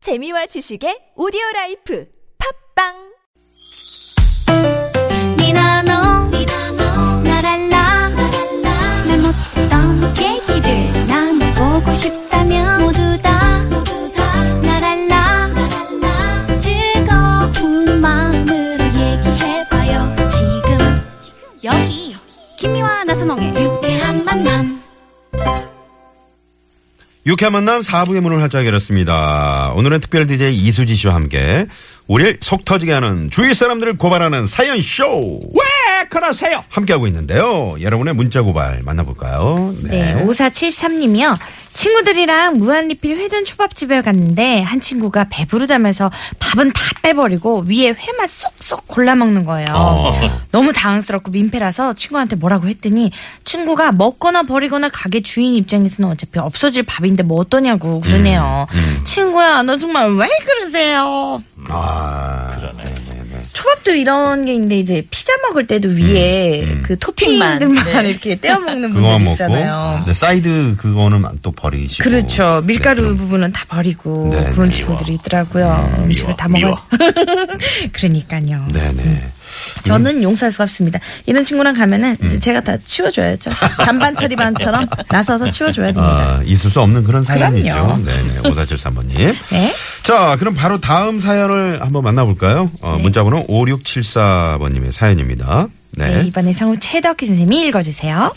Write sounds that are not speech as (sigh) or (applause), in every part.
재미와 지식의 오디오 라이프 팝빵 니나노 날 알라 날 못했던 얘기를 나눠보고 싶다면 모두 다 날 알라 즐거운 마음으로 얘기해봐요 지금 여기 김미와 나선홍의 유쾌한 만남 유쾌한 만남 4부의 문을 활짝 열었습니다. 오늘은 특별 DJ 이수지 씨와 함께 우리를 속 터지게 하는 주위 사람들을 고발하는 사연 쇼 왜 그러세요? 함께하고 있는데요. 여러분의 문자 고발 만나볼까요? 네, 5473님이요. 친구들이랑 무한리필 회전 초밥집에 갔는데 한 친구가 배부르다면서 밥은 다 빼버리고 위에 회만 쏙쏙 골라 먹는 거예요. 어. 너무 당황스럽고 민폐라서 친구한테 뭐라고 했더니 친구가 먹거나 버리거나 가게 주인 입장에서는 어차피 없어질 밥인데 뭐 어떠냐고 그러네요. 음, 친구야, 너 정말 왜 그러세요? 아, 네네네. 초밥도 이런 게 있는데 이제 피자 먹을 때도 위에 그 토핑들만 네. 이렇게 떼어 먹는 음, 그거만 분들 먹고 있잖아요. 네, 사이드 그거는 또 버리시고 그렇죠. 밀가루 네, 그럼 부분은 다 버리고 네, 그런 미워. 친구들이 있더라고요. 음, 음식을 다 미워, 먹어. (laughs) 그러니까요. 네네. 음. 저는 용서할 수가 없습니다. 이런 친구랑 가면은 이제 제가 다 (laughs) 치워줘야죠. 잔반 처리반처럼 나서서 치워줘야 됩니다. 아, 있을 수 없는 그런 사연이죠. 음. 그럼요. 네네. 5473번님. (laughs) 네. 자, 그럼 바로 다음 사연을 한번 만나볼까요? 어, 문자번호 5674번님의 사연입니다. 네, 네. 이번에 성우 최덕희 선생님이 읽어주세요.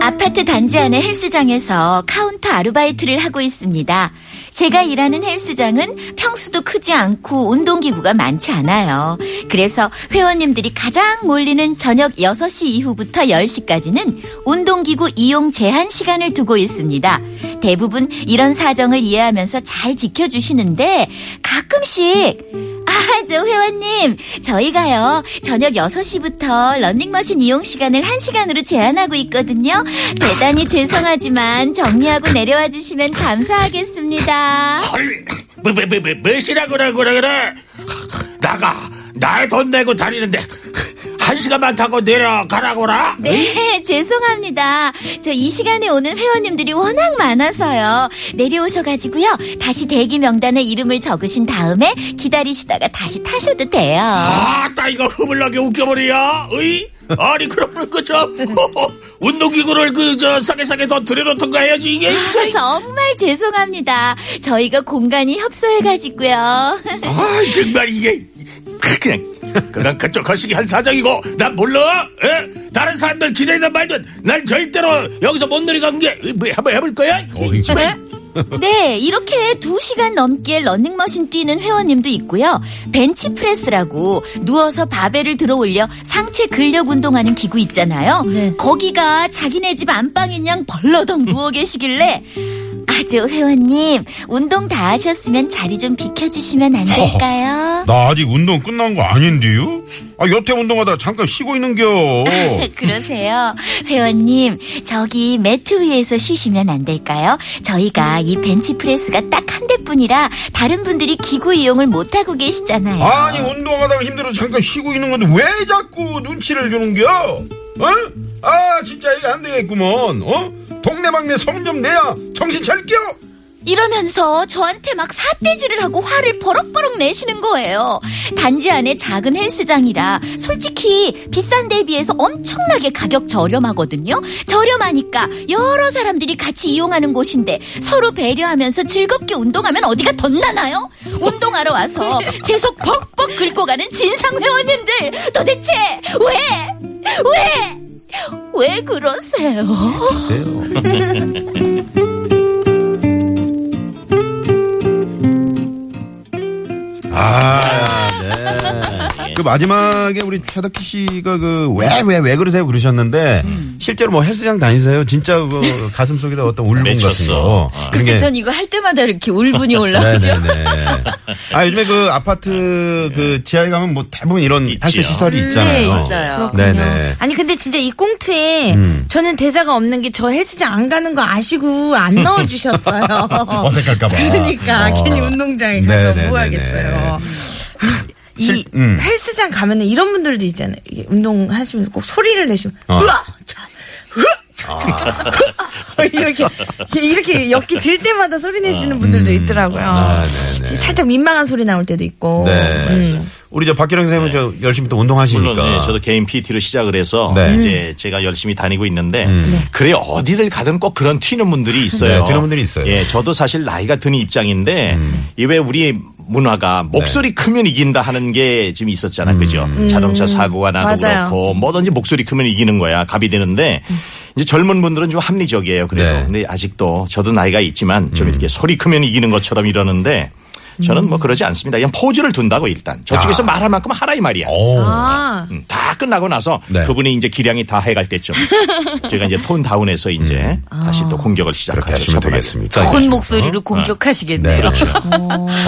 아파트 단지 안의 헬스장에서 카운터 아르바이트를 하고 있습니다. 제가 일하는 헬스장은 평수도 크지 않고 운동기구가 많지 않아요. 그래서 회원님들이 가장 몰리는 저녁 6시 이후부터 10시까지는 운동기구 이용 제한 시간을 두고 있습니다. 대부분 이런 사정을 이해하면서 잘 지켜주시는데 가끔씩 아, 저 회원님, 저희가요, 저녁 6시부터 러닝머신 이용 시간을 1시간으로 제한하고 있거든요. 대단히 죄송하지만 정리하고 내려와 주시면 감사하겠습니다. 헐, 뭐, 뭐, 뭐, 뭐, 뭐시라 그래, 그래, 그래. 나가, 나의 돈 내고 다니는데, 한 시간만 타고 내려가라고라. 네, 죄송합니다. 저 이 시간에 오는 회원님들이 워낙 많아서요. 내려오셔가지고요, 다시 대기 명단에 이름을 적으신 다음에 기다리시다가 다시 타셔도 돼요. 아따, 이거 흐물나게 웃겨버려. 으이? 아니, 그럼, 그저, (laughs) 운동기구를 그, 저, 싸게 싸게 더 들여놓던가 해야지, 이게. 아, 정말 죄송합니다. 저희가 공간이 협소해가지고요. 아, 정말 이게. 그냥, 그건 그쪽 거시기 한 사정이고, 난 몰라. 에? 다른 사람들 기대든 말든, 난 절대로 여기서 못 내려간 게, 뭐, 한번 해볼 거야? 이게. 네, 이렇게 두시간 넘게 러닝머신 뛰는 회원님도 있고요. 벤치프레스라고 누워서 바벨을 들어 올려 상체 근력 운동하는 기구 있잖아요. 거기가 자기네 집 안방인 양 벌러덩 누워 계시길래 아주 회원님, 운동 다 하셨으면 자리 좀 비켜주시면 안 (laughs) 될까요? 나 아직 운동 끝난 거 아닌데요? 아, 여태 운동하다 잠깐 쉬고 있는겨. 네, (laughs) 그러세요. 회원님, 저기 매트 위에서 쉬시면 안 될까요? 저희가 이 벤치프레스가 딱 한 대뿐이라 다른 분들이 기구 이용을 못하고 계시잖아요. 아니, 운동하다가 힘들어 잠깐 쉬고 있는 건데 왜 자꾸 눈치를 주는겨? 어? 아, 진짜 이게 안 되겠구먼. 어? 동네 막내 소문 좀 내야 정신 차릴게요. 이러면서 저한테 막 삿대질을 하고 화를 버럭버럭 내시는 거예요. 단지 안에 작은 헬스장이라 솔직히 비싼 데에 비해서 엄청나게 가격 저렴하거든요. 저렴하니까 여러 사람들이 같이 이용하는 곳인데 서로 배려하면서 즐겁게 운동하면 어디가 덧나나요? 운동하러 와서 제 속 벅벅 긁고 가는 진상 회원님들 도대체 왜? 왜? 왜 그러세요? (laughs) 아, 네. 그 마지막에 우리 최덕희 씨가 그 왜 왜 왜 그러세요 그러셨는데 음. 실제로 뭐 헬스장 다니세요? 진짜 그 가슴 속에다 어떤 울분 같은 거. 아, 맺혔어. 글쎄 그런 게 어, 네. 전 이거 할 때마다 이렇게 울분이 올라오죠. 네네네. 아 요즘에 그 아파트 그 지하에 가면 뭐 대부분 이런 헬스 네. 있지요. 시설이 있잖아요. 네, 있어요. 네네. 아니 근데 진짜 이 꽁트에 음. 저는 대사가 없는 게 저 헬스장 안 가는 거 아시고 안 넣어주셨어요. (laughs) 어색할까봐. 그러니까 어. 괜히 운동장에 가서 네네네네. 뭐 하겠어요. 이 실- 음. 헬스장 가면은 이런 분들도 있잖아요. 이게 운동하시면서 꼭 소리를 내시면 어. 으아! 자, 으아! 자, 이렇게 이렇게 엿기 들 때마다 소리 내시는 분들도 있더라고요. 아, 네, 네. 살짝 민망한 소리 나올 때도 있고. 음. 네. 우리 저 박기령 선생님은 저 열심히 또 운동하시니까. 물론 예, 저도 개인 PT로 시작을 해서 네. 음. 이제 제가 열심히 다니고 있는데 네. 그래 어디를 가든 꼭 그런 튀는 분들이 있어요. 네, 튀는 분들이 있어요. 음. 예, 저도 사실 나이가 드는 입장인데 이왜 우리 문화가 목소리 네. 크면 이긴다 하는 게 음. 지금 있었잖아, 그죠? 자동차 사고가 나도 음. 맞아요. 음. 그렇고 뭐든지 목소리 크면 이기는 거야 갑이 되는데 이제 젊은 분들은 좀 합리적이에요. 그래도 네. 음. 근데 아직도 저도 나이가 있지만 좀 이렇게 소리 크면 이기는 것처럼 이러는데. 저는 음. 뭐 그러지 않습니다. 그냥 포즈를 둔다고 일단 저쪽에서 아. 말할 만큼 하라 이 말이야. 오. 아, 음, 다 끝나고 나서 네. 그분이 이제 기량이 다 해갈 (laughs) 때쯤 제가 이제 톤 다운해서 이제 다시 또 공격을 음. 그렇게 시작하죠. 하시면 차분하게. 되겠습니다. 어? 혼 목소리로 공격하시겠네요. 네, 그렇죠.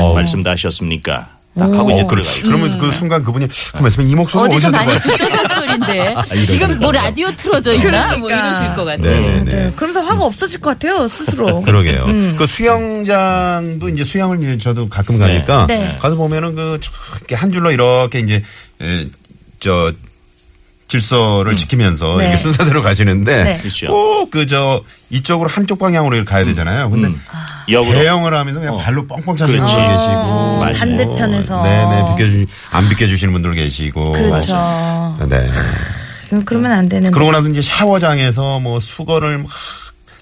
어. 말씀 다 하셨습니까? 딱 하고 뭐 이제 들어가요. 그러면 그 순간 그분이 그만 있으면 이 목소리 어디서 어디서 많이 들어봤지? 듣던 목소리인데 이런 지금 뭐 거구나. 라디오 틀어져 있나 뭐 그러니까. 이러실 것 같아요. 네, 네, 맞아요. 네. 그러면서 화가 없어질 것 같아요 스스로. 그러게요. 그 수영장도 이제 수영을 이제 저도 가끔 가니까 네. 가서 보면은 그 촥 이렇게 한 줄로 이렇게 이제 에, 저 질서를 지키면서 네. 이렇게 순서대로 가시는데 네. 그렇죠. 꼭 그 저 이쪽으로 한쪽 방향으로 가야 되잖아요. 근데 역으로 대형을 하면서 그냥 어. 발로 뻥뻥 차시는 분들 그렇지. 계시고 어, 맞아요. 반대편에서. 네네 비켜주 안 비켜주시는 분들 계시고 그렇죠. 네. 그럼 그러면 안 되는데. 그러고 나서 이제 샤워장에서 뭐 수건을 막,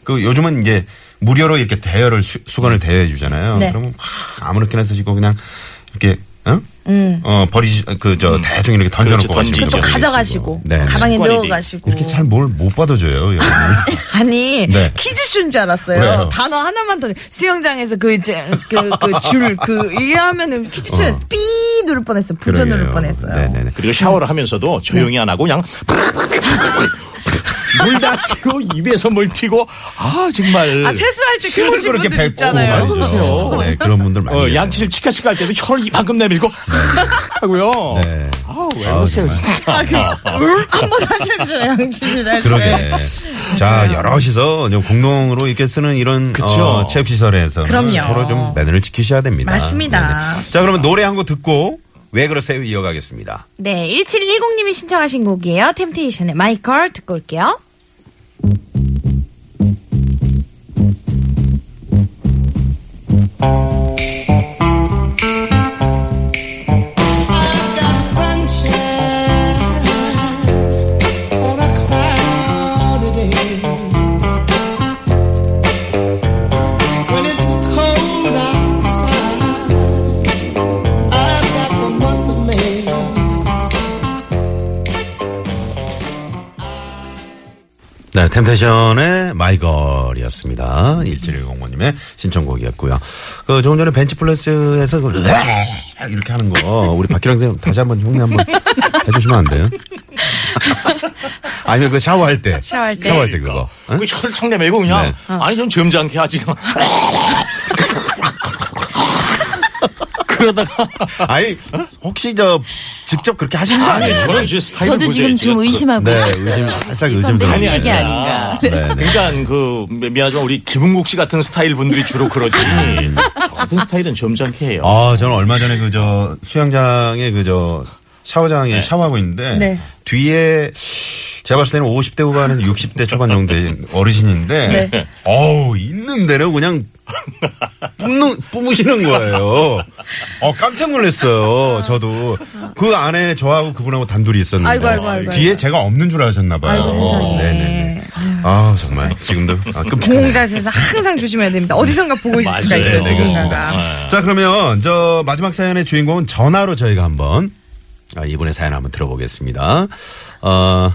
그 요즘은 이제 무료로 이렇게 대여를 수, 수건을 대여해 주잖아요. 네. 그러면 막 아무렇게나 쓰시고 그냥 이렇게 어? 어 버리시 그 저 대충 이렇게 던져놓고 그렇죠, 가시는 던지죠. 분들 가져가시고 네. 가방에 습관이 넣어 가시고 이렇게 잘 뭘 못 받아줘요. 여러분. 아니 네. 퀴즈쇼인 줄 알았어요 왜요? 단어 하나만 더 수영장에서 그 이제 그그줄그 이게 하면은 퀴즈쇼 어. 삐 누를 뻔했어 요 부전 누를 뻔했어요 네네네. 그리고 샤워를 하면서도 조용히 안 하고 그냥 (laughs) 물 다 튀고 입에서 물 튀고 아 정말 아 세수할 때 침을 그러신 그렇게 분들 뱉고 있잖아요. 말이죠. 네 그런 분들 많이 어, 계세요. 양치질 치카치카 할 때도 혀를 (laughs) 이만큼 내밀고 하고요. 네. 아왜 아, 그러세요? 정말. 진짜. 아, 한번 하셔야죠 양치질 할때 그러게. 자, 여럿이서 좀 공동으로 이렇게 쓰는 이런 그쵸. 어, 체육시설에서 그럼요. 서로 좀 매너를 지키셔야 됩니다. 맞습니다. 아, 네네. 자, 그러면 노래 한 곡 듣고 왜 그러세요? 이어가겠습니다. 네 1710님이 신청하신 곡이에요 템테이션의 마이컬 듣고 올게요 네, 템테이션의 마이걸이었습니다. 1710번님의 신청곡이었고요. 그 조금 전에 벤치플레스에서 그 으악 이렇게 하는 거 우리 박기랑 선생님 다시 한번 흉내 한번 해주시면 안 (laughs) 돼요? 아니면 그 샤워할 때 샤워할 때. 네. 샤워할 때 그거 응? 그 혀를 창 내밀고 그냥 어. 네. 아니 좀 점잖게 (laughs) 하지 좀. 그러다가 아니 혹시 저 직접 그렇게 하신 거 아니에요? 저는 지금 스타일을 저도 보세요, 지금 좀 의심하고 네, 의심 살짝 아니, 의심스럽네요. 아니, 얘기 아니. 아닌가. 네, 네. 그러니까 그 미안하지만 우리 김은국 씨 같은 스타일 분들이 주로 그러지. 네. 저 같은 스타일은 점잖게 해요. 아, 저는 얼마 전에 그 저 수영장에 그 저 샤워장에 샤워하고 있는데 네. 뒤에 제가 봤을 때는 50대 후반에서 60대 초반 정도 된 어르신인데 네. 어우 있는 대로 그냥 뿜는 뿜으시는 거예요. 어 깜짝 놀랐어요. 저도 그 안에 저하고 그분하고 단둘이 있었는데 아이고, 아이고, 아이고, 뒤에 제가 없는 줄 아셨나 봐요. 아이고, 세상에. 어, 네네네. 아 정말 지금도 아, 끔찍하네요. 공자에서 항상 조심해야 됩니다 어디선가 보고 있을 수가 맞아요. 있어요 네, 네, 누군가가. 자, 그러면 저 마지막 사연의 주인공은 전화로 저희가 한번 아, 이분의 사연 한번 들어보겠습니다. 어,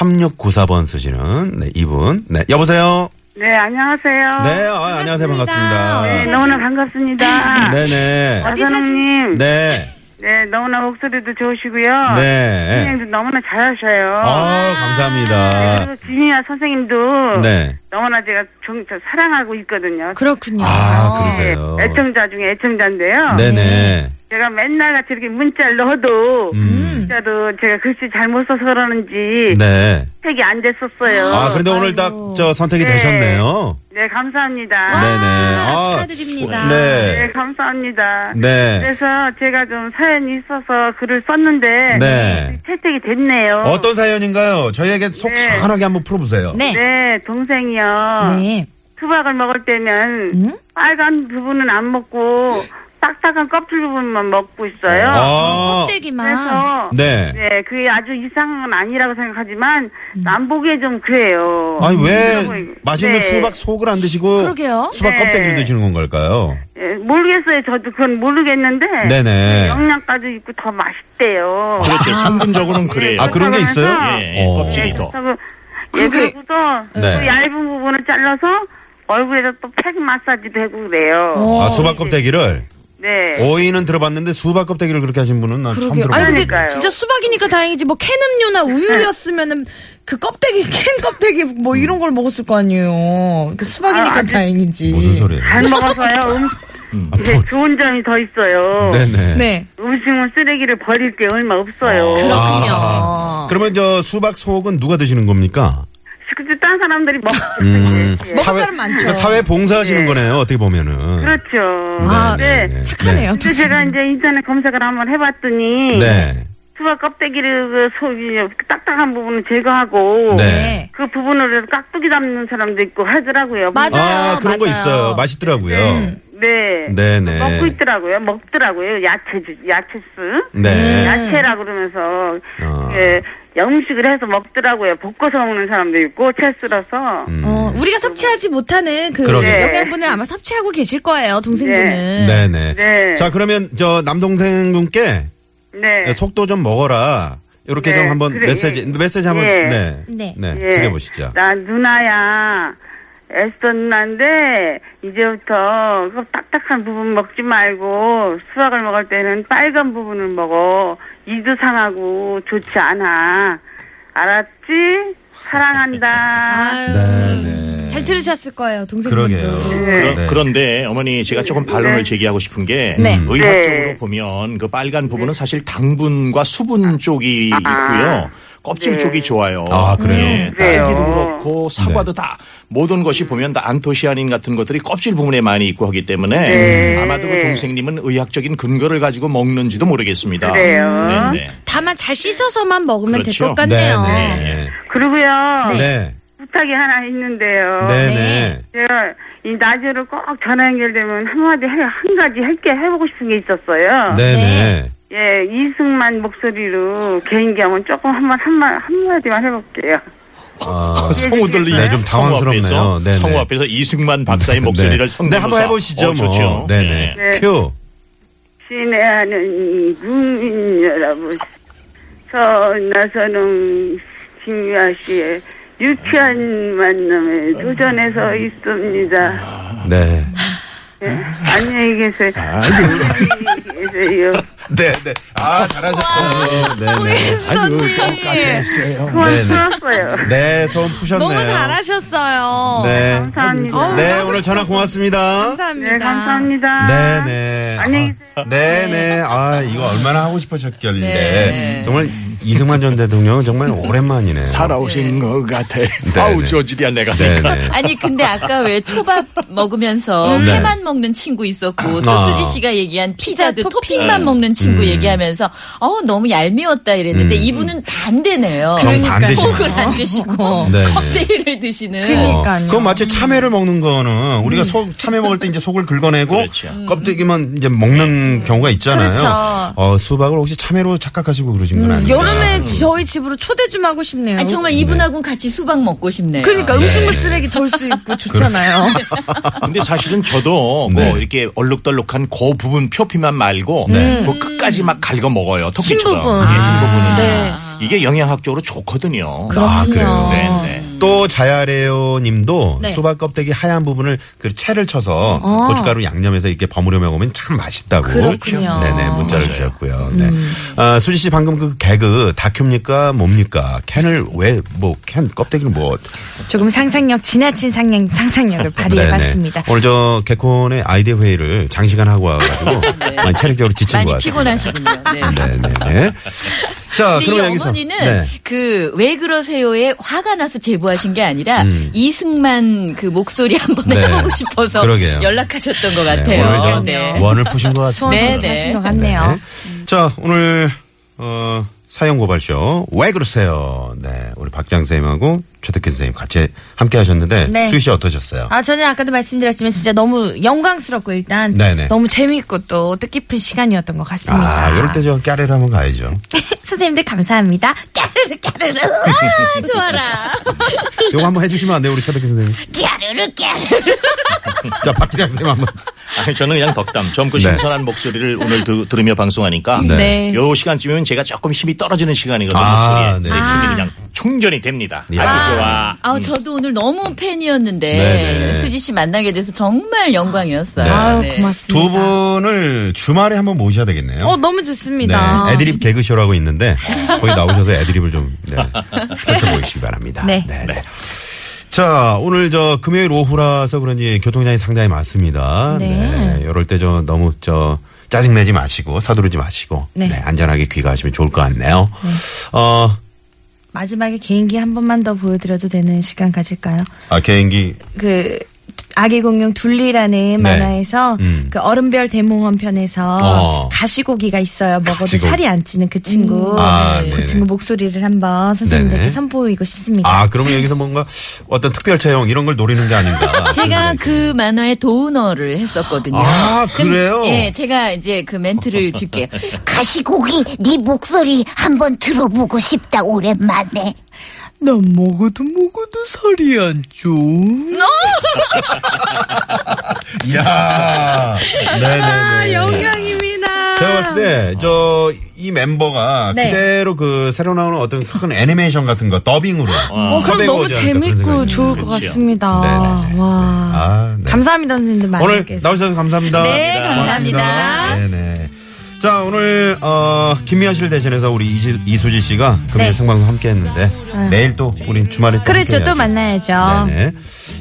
3694번 쓰시는 네, 이분. 네, 여보세요? 네, 안녕하세요. 네, 아, 안녕하세요. 네, 반갑습니다. 너무나 반갑습니다. 네네. 아사랑님, 네. 네. 너무나 목소리도 좋으시고요. 네. 선생님도 너무나 잘하셔요. 아, 감사합니다. 그래서 진이야 선생님도 네. 너무나 제가 좀, 저 사랑하고 있거든요. 그렇군요 아, 네, 그러세요. 애청자 중에 애청자인데요. 네네. 제가 맨날 같이 이렇게 문자를 넣어도 문자도 제가 글씨 잘못 써서 그러는지 음. 네. 책이 안 됐었어요. 아, 그런데 오늘 딱 저 선택이 되셨네요. 네, 네, 감사합니다. 와, 네네. 아, 축하드립니다. 네, 네. 감사합니다. 네. 그래서 제가 좀 사연이 있어서 글을 썼는데 네. 채택이 됐네요. 어떤 사연인가요? 저희에게 속 네. 시원하게 한번 풀어보세요. 네. 네, 동생이요. 네. 수박을 먹을 때면 음? 빨간 부분은 안 먹고 딱딱한 껍질 부분만 먹고 있어요. 아, 껍데기만. 그래서 네. 네, 그게 아주 이상한 건 아니라고 생각하지만 난 보기에 좀 그래요. 음. 아니, 왜 그러고, 맛있는 네. 수박 속을 안 드시고 그러게요. 수박 네. 껍데기를 드시는 건 걸까요? 예, 모르겠어요. 저도 그건 모르겠는데 네네. 영양가도 있고 더 맛있대요. 그렇죠. 상품적으로는 그래요. 아, 네. 그런 게 있어요? 예, 예, 어. 껍질이 더. 그래서 그, 예, 그게- 그리고서 네. 그 얇은 부분을 잘라서 얼굴에다 또 팩 마사지도 하고 그래요. 어. 아, 수박 껍데기를? 네. 오이는 들어봤는데 수박 껍데기를 그렇게 하신 분은 난 처음 그러게요. 아니 들어봤어요. 근데 그러니까요. 진짜 수박이니까 다행이지 뭐 캔 음료나 우유였으면은 그 껍데기 캔 껍데기 뭐 음. 이런 걸 먹었을 거 아니에요. 그러니까 수박이니까 아, 네. 다행이지. 무슨 소리예요? 아, 잘 먹어서요. 음, 이제 좋은 점이 그 더 있어요. 어. 네네. 네. 음식물 쓰레기를 버릴 게 얼마 없어요. 그렇군요. 아. 그러면 저 수박 속은 누가 드시는 겁니까? 근데 딴 사람들이 먹. 음, 예. 먹을 사람 많죠. 그러니까 사회 봉사하시는 예. 거네요. 어떻게 보면은. 그렇죠. 아, 네. 네. 착하네요. 그래서 제가 이제 인터넷 검색을 한번 해봤더니 네. 수박 껍데기를 그 속이 딱딱한 부분을 제거하고 네. 그 부분을 깍두기 담는 사람도 있고 하더라고요. (laughs) 맞아. 맞아요, 아, 그런 거 맞아요. 있어요. 맛있더라고요. 네. 네네. 먹고 있더라고요. 먹더라고요. 야채주, 야채스. 네. 야채라고 그러면서 어. 예, 양식을 해서 먹더라고요. 볶아서 먹는 사람도 있고 채스라서. 음. 어, 우리가 섭취하지 못하는 그 그러게요. 영양분을 아마 섭취하고 계실 거예요, 동생분은. 네네. 네. 자, 그러면 저 남동생분께 네. 속도 좀 먹어라. 이렇게 네, 좀 한번 그래. 메시지, 메시지 한번, 예. 네. 네. 네. 예. 드려보시죠. 나 누나야. 애써 누나인데 이제부터 그 딱딱한 부분 먹지 말고 수박을 먹을 때는 빨간 부분을 먹어. 이도 상하고 좋지 않아. 알았지? 사랑한다. 아유, 네네. 잘 들으셨을 거예요, 동생분도. 그러게요. 네. 네. 그런, 데 어머니 제가 조금 반론을 제기하고 싶은 게 네. 의학적으로 네. 보면 그 빨간 부분은 사실 당분과 수분 쪽이 있고요. 껍질 아. 네. 쪽이 좋아요. 아, 그래요? 네. 예, 그래요. 딸기도 그렇고 사과도 다 모든 것이 보면 다 안토시아닌 같은 것들이 껍질 부분에 많이 있고 하기 때문에 네. 아마도 그 동생님은 의학적인 근거를 가지고 먹는지도 모르겠습니다. 그래요. 네, 네. 다만 잘 씻어서만 먹으면 될 그렇죠. 것 같네요. 네네. 그리고요. 네. 부탁이 하나 있는데요. 네네. 제가 이 라디오를 꼭 전화 연결되면 한마디 해, 한 가지 할게 해보고 싶은 게 있었어요. 네네. 예, 이승만 목소리로 개인기 하면 조금 한번 한마 한마디만 해볼게요. 아, 그 성우들이 네, 좀 성우 당황스럽네요. 앞에서, 네네. 성우 앞에서 이승만 박사의 목소리를 네, 성대모사. 한번 해보시죠. 어, 뭐. 좋죠. 네네. 예. 네. 큐. 신뢰하는 국민 여러분, 전나서는 김유아 씨의 유쾌한 만남에 도전해서 있습니다. 네. 안녕히 계세요. 아, 안녕히 계세요. 네네. 아, 잘하셨어요. 네네. 아유, 깜깜했어요. 그만 풀었어요. 네, 소음 푸셨네요. 너무 잘하셨어요. 네. 감사합니다. 네, 오늘 전화 고맙습니다. 감사합니다. 네, 감사합니다. 네네. 아, 안녕히 계세요. 네네. 아, 이거 얼마나 하고 싶으셨길래. 네. 정말 이승만 전 대통령은 정말 오랜만이네요. 살아오신 것 같아. (laughs) 아우, 네. 저질이야, 내가. 그러니까. 네네. 아니 근데 아까 왜 초밥 먹으면서 네. 회만 먹는 친구 있었고 또 아. 수지 씨가 얘기한 피자도 피자 토핑. 토핑. 만 먹는 친구 음. 얘기하면서 어우 너무 얄미웠다 이랬는데 이분은 반대네요. 그러니까 정반대시네요. 속을 안 드시고 (laughs) 네네. 껍데기를 드시는 그러니까요. 어. 그건 마치 참외를 먹는 거는 우리가 속 참외 먹을 때 이제 속을 긁어내고 그렇죠. 껍데기만 이제 먹는 경우가 있잖아요. 음. 네. 그렇죠. 음, 어, 수박을 혹시 참외로 착각하시고 그러신 건 아니에요. 여름에 저희 집으로 초대 좀 하고 싶네요. 아니 정말 이분하고는 같이 수박 먹고 싶네요. 그러니까 음식물 쓰레기 덜 수 있고 그렇죠. 좋잖아요. (laughs) 근데 사실은 저도 네. 뭐 이렇게 얼룩덜룩한 그 부분 표피만 말고 네. 음. 그 끝까지 막 갈고 먹어요. 토끼처럼. 부분. 예, 흰 부분은. 네. 이게 영양학적으로 좋거든요. 아, 그래요. 네, 네. 또 자야레오 님도 네. 어. 수박 껍데기 하얀 부분을 그 채를 쳐서 고춧가루 양념해서 이렇게 버무려 먹으면 참 맛있다고. 그렇군요. 음. 네네, 문자를 맞아요. 주셨고요. 네. 아, 수지 씨 방금 그 개그 다큐입니까? 뭡니까? 캔을 왜, 뭐, 캔 껍데기를 뭐. 조금 상상력 지나친 상상, 상상력을 발휘해봤습니다. 아, 네, 오늘 저 개콘의 아이디어 회의를 장시간 하고 와가지고 많이 체력적으로 지친 많이 것 같습니다. (laughs) 피곤하시군요. 네. 네네네. 자, 근데 이 아, 그럼 여기서. 어머니는 네. 그 왜 그러세요에 화가 나서 제보하신 게 아니라 음. 이승만 그 목소리 한번 네. 해보고 싶어서 그러게요. 연락하셨던 것 네, 같아요. 오늘 좀 원을 푸신 것 같습니다. 네, 소원을 네. 하신 것 같네요. 네. 자, 오늘, 어, 사연 고발쇼. 왜 그러세요? 네. 우리 박장 선생님하고 최덕현 선생님 같이 함께 하셨는데. 네. 수희 씨 어떠셨어요? 아, 저는 아까도 말씀드렸지만 진짜 너무 영광스럽고 일단 네네. 너무 재미있고 또 뜻깊은 시간이었던 것 같습니다. 아, 이럴 때 저 까레를 한번 가야죠. 선생님들 감사합니다. 까르르 까르르. 아, 좋아라. 요거 한번 해주시면 안 돼요, 우리 최덕현 선생님? 깨르르 깨르르. 자, 박장 선생님 한 번. 아니, 저는 그냥 덕담. 젊고 네. 신선한 목소리를 오늘 드- 들으며 방송하니까 네. 요 시간쯤이면 제가 조금 힘이 떨어지는 시간이거든요. 아, 목소리에. 네. 힘이 그냥 충전이 됩니다. 야. 아주 좋아. 아, 저도 오늘 너무 팬이었는데 네, 네. 수지 씨 만나게 돼서 정말 영광이었어요. 네. 아유, 네. 고맙습니다. 두 분을 주말에 한번 모셔야 되겠네요. 어, 너무 좋습니다. 네, 애드립 개그쇼라고 있는데 거기 나오셔서 애드립을 좀 네, 펼쳐보시기 바랍니다. 네. 네. 자, 오늘 저 금요일 오후라서 그런지 교통량이 상당히 많습니다. 네. 이럴 때 저 너무 저 짜증내지 마시고 서두르지 마시고 네. 네, 안전하게 귀가하시면 좋을 것 같네요. 어, 마지막에 개인기 한 번만 더 보여드려도 되는 시간 가질까요? 아, 개인기 그 아기 공룡 둘리라는 만화에서 네. 음. 그 얼음별 대몽원 편에서 어. 가시고기가 있어요. 먹어도 가시고기. 살이 안 찌는 그 친구. 아, 그 네네. 친구 목소리를 한번 선생님들께 네네. 선보이고 싶습니다. 아, 그러면 여기서 뭔가 어떤 특별 채용 이런 걸 노리는 게 아닌가? 제가 그 만화의 도우너를 했었거든요. 아, 그래요? 예, 제가 이제 그 멘트를 줄게요. 가시고기 네 목소리 한번 들어보고 싶다 오랜만에 난 먹어도 먹어도 살이 안 쪄. (laughs) 야. 네, 네, 아, 네. 영광입니다. 제가 봤을 때, 저, 이 멤버가 네. 그대로 그 새로 나오는 어떤 큰 애니메이션 같은 거 더빙으로. 어, 그럼 섭외가 너무 오지 않을까 그런 재밌고 생각이 좋을 것 그렇지요. 같습니다. 네네네. 와. 아, 네. 감사합니다, 선생님들. 많이 오늘 뵙겠습니다. 나오셔서 감사합니다. 네, 감사합니다. 고맙습니다. 네네. 자, 오늘, 어, 김미아 씨를 대신해서 우리 이지, 이수지 씨가 금요일 네. 생방송 함께 했는데, 내일 또 우린 주말에 또 그렇죠. 함께 또 해야죠. 만나야죠. 네네.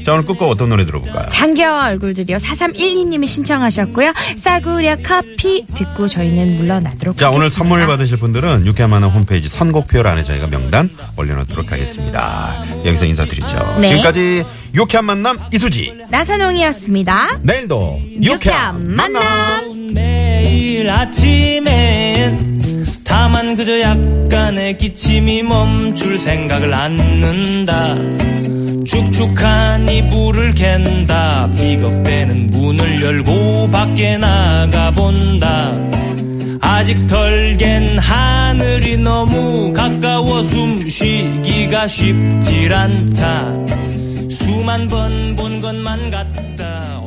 자, 오늘 끝곡 어떤 노래 들어볼까요? 장기하와 얼굴들이요. 4312님이 신청하셨고요. 싸구려 커피 듣고 저희는 물러나도록 자, 오늘 선물 받으실 분들은 유쾌한 만화 홈페이지 선곡표 안에 저희가 명단 올려놓도록 하겠습니다. 여기서 인사드리죠. 네. 지금까지 유쾌한 만남 이수지. 나선홍이었습니다. 내일도 유쾌한 만남. 매일 아침엔 (laughs) 다만 그저 약간의 기침이 멈출 생각을 안는다 축축한 이불을 캔다 비겁대는 문을 열고 밖에 나가본다 아직 덜 갠 하늘이 너무 가까워 숨쉬기가 쉽질 않다 수만 번 본 것만 같다